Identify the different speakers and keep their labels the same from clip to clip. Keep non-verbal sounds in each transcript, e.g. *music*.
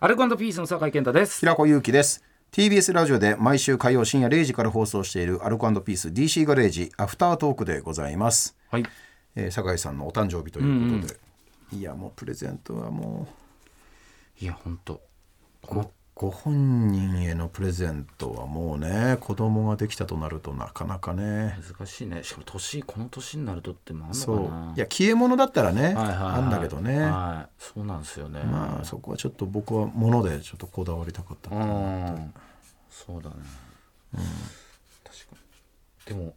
Speaker 1: アルコピースの酒井健太です。
Speaker 2: 平子祐希です TBS ラジオで毎週火曜深夜0時から放送しているアルコピース DC ガレージアフタートークでございます、
Speaker 1: はい。
Speaker 2: えー、酒井さんのお誕生日ということで、いやもうプレゼントはも
Speaker 1: いや、本当。
Speaker 2: うごご本人へのプレゼントはもうね子供ができたとなるとなかなかね
Speaker 1: 難しいね。しかも年、この年になるとってもあんのか
Speaker 2: そう
Speaker 1: な。
Speaker 2: いや消え物だったらね、
Speaker 1: はいはいはい
Speaker 2: あんだけどね、
Speaker 1: はい。そうなんですよね。
Speaker 2: まあそこはちょっと僕は物でちょっとこだわりたかっ
Speaker 1: う
Speaker 2: た、
Speaker 1: ん。そうだね。確かに。でも。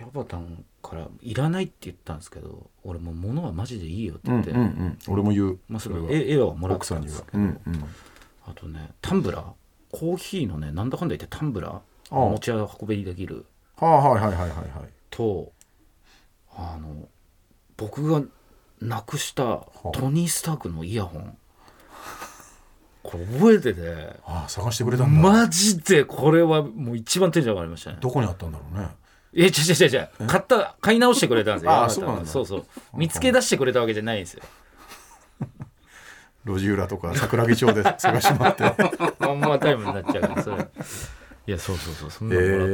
Speaker 1: ヤバタンからいらないって言ったんですけど、俺もう物はマジでいいよって
Speaker 2: うん
Speaker 1: 言
Speaker 2: う
Speaker 1: っ
Speaker 2: ん
Speaker 1: て、
Speaker 2: うん俺も言う、
Speaker 1: まあそ
Speaker 2: れ
Speaker 1: れ
Speaker 2: は
Speaker 1: 絵絵はもらっ
Speaker 2: 奥さ
Speaker 1: た
Speaker 2: ん
Speaker 1: ん
Speaker 2: に
Speaker 1: です
Speaker 2: は
Speaker 1: け
Speaker 2: う
Speaker 1: ど、
Speaker 2: んうん
Speaker 1: あとねタンブラー、コーヒーのねなんだかんだ言ってタンブラー
Speaker 2: ああ
Speaker 1: 持ち運びできる。
Speaker 2: はあ、はいはいはいはいはい
Speaker 1: とあの僕がなくした
Speaker 2: あ
Speaker 1: トニー・スタークのイヤホンこれ覚えてて
Speaker 2: ああ探してくれたんだ、
Speaker 1: マジでこれはもう一番テンション上がりましたね
Speaker 2: どこにあったんだろうね
Speaker 1: え違う違う違う違う買った買い直してくれたんですよ
Speaker 2: あ
Speaker 1: 山田
Speaker 2: そうなんだ
Speaker 1: そうそう見つけ出してくれたわけじゃないんですよ
Speaker 2: 路地裏とか桜木町で *laughs* 探し回って
Speaker 1: まんまタイムになっちゃうからそれいやそうそうそうそん
Speaker 2: え
Speaker 1: なのもらった、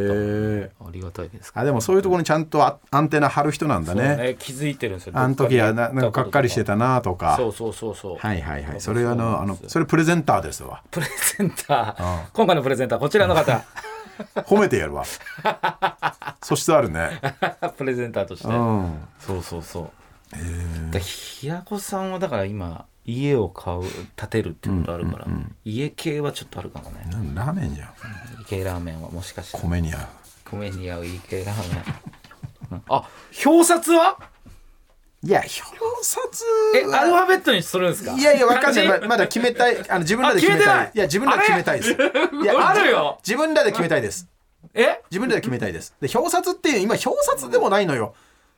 Speaker 2: ー、
Speaker 1: ありがたいです
Speaker 2: あでもそういうところにちゃんとアアンテナ張る人なんだ
Speaker 1: そう
Speaker 2: ね
Speaker 1: ね気づいてるんですよ
Speaker 2: あの時はななんかがっかりして
Speaker 1: た
Speaker 2: たなとか
Speaker 1: そうそうそうそう
Speaker 2: はいはいはいそれはあのあの
Speaker 1: そうなんですよ
Speaker 2: それプレゼンターですわ
Speaker 1: プレゼンター、
Speaker 2: うん
Speaker 1: 今回のプレゼンターこちらの方
Speaker 2: 褒めてやる *laughs* わ素質あるね
Speaker 1: *laughs* プレゼンターとして、
Speaker 2: うん
Speaker 1: そうそうそうだ平子さんはだから今家を買う建てるってことあるから、家系はちょっとあるかもね
Speaker 2: なんラーメンじゃん
Speaker 1: 家系ラーメンはもしかして
Speaker 2: 米に合う
Speaker 1: 米に合う家系ラーメン
Speaker 2: *laughs*
Speaker 1: うんあ表札はい
Speaker 2: や表札
Speaker 1: えアルファベットにするんですか
Speaker 2: いやいや、わかんない。ま
Speaker 1: 漢字
Speaker 2: まだ決めたい。あの、自分らで決め
Speaker 1: あ
Speaker 2: た
Speaker 1: 決めてな
Speaker 2: い。
Speaker 1: い
Speaker 2: いや、自分らで決
Speaker 1: *laughs*
Speaker 2: めたいです。いや、
Speaker 1: あるよ
Speaker 2: 自分らで決めたいです。
Speaker 1: え
Speaker 2: 自分らで決めたいです。で、表札っていう、今、表札でもないのよ。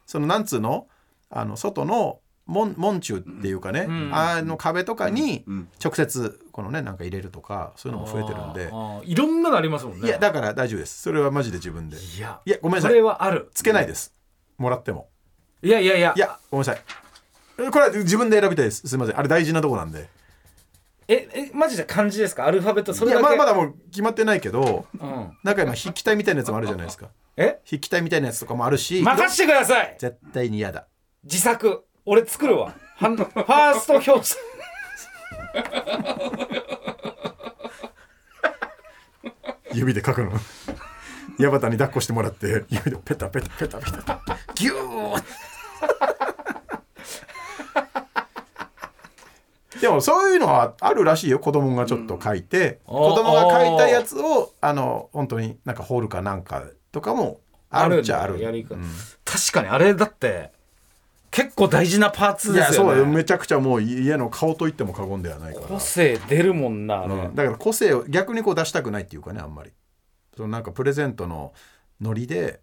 Speaker 2: その、なんつうのあの、外の、門門中っていうかね、
Speaker 1: ん
Speaker 2: あの壁とかに直接このねなんか入れるとかそういうのも増えてるんで
Speaker 1: あーあーいろんなのありますもんね
Speaker 2: いやだから大丈夫ですそれはマジで自分で
Speaker 1: いや
Speaker 2: いやごめんなさい
Speaker 1: これはある
Speaker 2: つけないですもらっても
Speaker 1: いやいやいや
Speaker 2: いやごめんなさいえこれは自分で選びたいですすいませんあれ大事なとこなんで
Speaker 1: ええマジで漢字ですかアルファベットそ
Speaker 2: い
Speaker 1: れだ
Speaker 2: や
Speaker 1: け
Speaker 2: まだまだもう決まってないけど
Speaker 1: うん、
Speaker 2: なんか今筆記体みたいなやつもあるじゃないですか
Speaker 1: え
Speaker 2: 筆記体みたいなやつとかもあるし
Speaker 1: 任してください
Speaker 2: 絶対に嫌だ
Speaker 1: 自作俺作るわはんファースト表紙
Speaker 2: 指で書くの *laughs* 矢端に抱っこしてもらって指でペタペタペタペタギューでもそういうのはあるらしいよ子供がちょっと書いて、
Speaker 1: うん
Speaker 2: 子供が書いたやつをあの本当になんかホールかなんかとかもあるっちゃある
Speaker 1: んだやり方
Speaker 2: うん
Speaker 1: 確かにあれだって結構大事なパーツ
Speaker 2: い
Speaker 1: で
Speaker 2: や
Speaker 1: す
Speaker 2: そう
Speaker 1: よ
Speaker 2: だよ
Speaker 1: ね
Speaker 2: めちゃくちゃもう家の顔と言っても過言ではないから
Speaker 1: 個性出るもんなあれ、
Speaker 2: うんだから個性を逆にこう出したくないっていうかねあんまりそのなんかプレゼントのノリで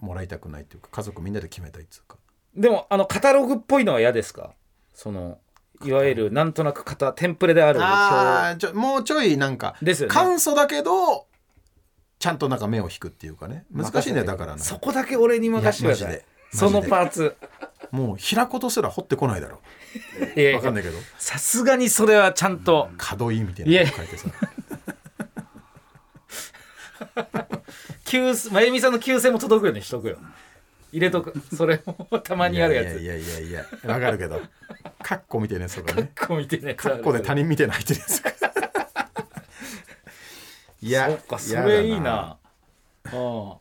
Speaker 2: もらいたくないっていうか家族みんなで決めたいっていうか
Speaker 1: でもあのカタログっぽいのは嫌ですかそのいわゆるなんとなく型テンプレである
Speaker 2: あ
Speaker 1: 表
Speaker 2: あちょもうちょいなんか
Speaker 1: ですよね
Speaker 2: 簡素だけどちゃんとなんか目を引くっていうかね難しいねだからね
Speaker 1: そこだけ俺に任せてください
Speaker 2: いやマ
Speaker 1: そ
Speaker 2: ジで
Speaker 1: のパーツ
Speaker 2: もう平子とすら掘ってこないだろ
Speaker 1: いやい
Speaker 2: わかん
Speaker 1: や
Speaker 2: ないけど
Speaker 1: さすがにそれはちゃんと、
Speaker 2: 角井みたいなの書いてさ
Speaker 1: 急須まゆみさんの急性も届くようにしとくよ入れとくそれもたまにあるやつ
Speaker 2: いやいやいやいやわかるけどカッコみたいなやつとかね
Speaker 1: こう見てね
Speaker 2: カッコで他人みたいな入ってるや
Speaker 1: *laughs*
Speaker 2: ついや
Speaker 1: そっかそ
Speaker 2: やだ
Speaker 1: れいいなああ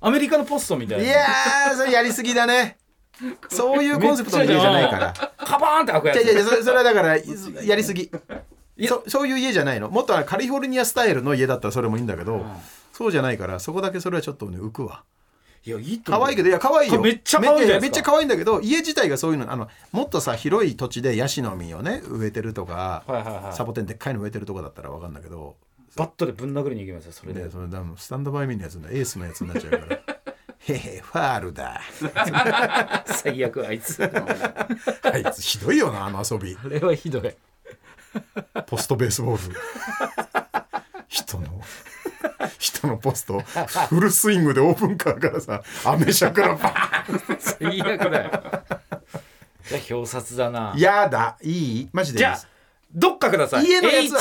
Speaker 1: アメリカのポストみたい
Speaker 2: い
Speaker 1: な
Speaker 2: やーそれやりすぎだねそういうコンセプトの家じゃないから
Speaker 1: カバーンって開くや
Speaker 2: じゃじゃ
Speaker 1: つ *laughs*
Speaker 2: じゃそれそれはだからやりすぎそそういう家じゃないのもっとあのカリフォルニアスタイルの家だったらそれもいいんだけど、そうじゃないからそこだけそれはちょっとね浮くわ
Speaker 1: いやいいと思う
Speaker 2: 可愛いけどいや可愛いよ
Speaker 1: これめっちゃ可愛いじゃないですか
Speaker 2: めっちゃ可愛いんだけど家自体がそういうのあのもっとさ広い土地でヤシの実をね植えてるとか、
Speaker 1: はいはいはい
Speaker 2: サボテンでっかいの植えてるとかだったらわかんだけど
Speaker 1: バットでぶん殴りに行きますよそれで
Speaker 2: *laughs* ね、それ多分スタンドバイミーのやつのエースのやつになっちゃう
Speaker 1: *laughs*
Speaker 2: からへへファールだ *laughs*
Speaker 1: 最悪あいつあ
Speaker 2: あいつひどいよなあの遊び
Speaker 1: れはひどい
Speaker 2: ポストベースボール人の人のポストフルスイングでオープンカーからさアメ車からバー
Speaker 1: 最悪だよいや表札だな
Speaker 2: ンやだいいマジでい
Speaker 1: じ
Speaker 2: い
Speaker 1: ゃ
Speaker 2: で
Speaker 1: あ
Speaker 2: す
Speaker 1: どっかください。
Speaker 2: 家のやつは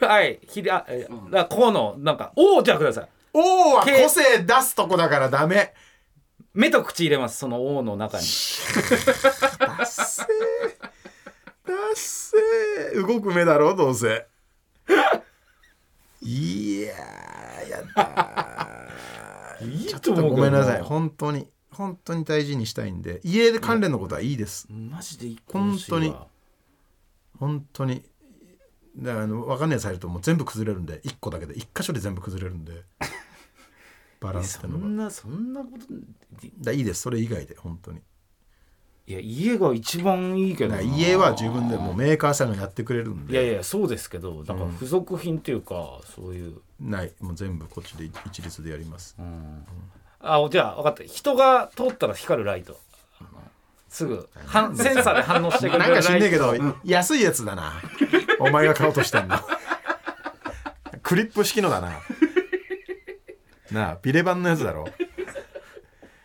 Speaker 1: HARI ひりあ、えあこうの、なんか、O じゃください。
Speaker 2: 王は
Speaker 1: け
Speaker 2: 個性出すとこだからダメ
Speaker 1: 目と口入れます、その O の中に。
Speaker 2: ダッセーダッセー動く目だろどうせいやーやだ
Speaker 1: いい
Speaker 2: ーちょっとごめんなさい本当に本当に大事にしたいんで家で関連のことはいいです
Speaker 1: マジで一個
Speaker 2: 本当に
Speaker 1: 欲しいわ
Speaker 2: 本当にだからあの分かんないサイトもう全部崩れるんで1個だけで1箇所で全部崩れるんでバランスって
Speaker 1: そ
Speaker 2: のがだか
Speaker 1: んな、そんなこと。
Speaker 2: らいいですそれ以外で本当に
Speaker 1: いや、家が一番いいけ
Speaker 2: だ
Speaker 1: ど
Speaker 2: か
Speaker 1: な。
Speaker 2: ら家は自分でもうメーカーさんがやってくれるん
Speaker 1: いやい
Speaker 2: で
Speaker 1: や、そうですけど、なんか付属品っていうか、そういう。
Speaker 2: ないもう全部こっちで一律でやります
Speaker 1: うんあ、じゃあ、分かった。人が通ったら光るライト。すぐ、はんセンサーで反応してく
Speaker 2: な
Speaker 1: れ
Speaker 2: ん
Speaker 1: るラ
Speaker 2: か
Speaker 1: イト。
Speaker 2: 知んねえけど安いやつだなお前が買おうとしてんのクリップ式のだななあビレ版のやつだろ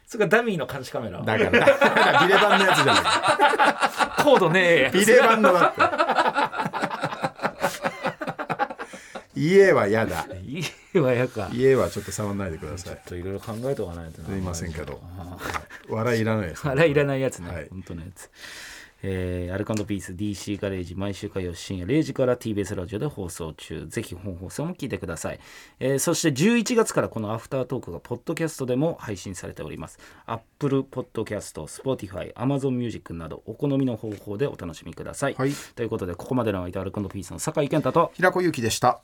Speaker 1: それがダミーの監視カメラ。
Speaker 2: だからだからビレ版のやつじゃない
Speaker 1: コードねえ。
Speaker 2: ビレバンドだって。家は嫌だ。
Speaker 1: *laughs* いいわやか。
Speaker 2: 家はちょっと触んないでください。
Speaker 1: といろいろ考えとかないとな
Speaker 2: すいませんけど
Speaker 1: あ
Speaker 2: 笑いいらな
Speaker 1: *laughs*
Speaker 2: いです。
Speaker 1: ーあれいらないやつね、
Speaker 2: はい
Speaker 1: 本当のやつえーアルカンドピース DC ガレージ毎週火曜深夜0時から TBS ラジオで放送中ぜひ本放送も聞いてください、えーそして11月からこのアフタートークがポッドキャストでも配信されております Apple Podcast Spotify Amazon Music などお好みの方法でお楽しみください、
Speaker 2: はい
Speaker 1: ということでここまでの間アルカンドピースの酒井健太と
Speaker 2: 平子祐希でした。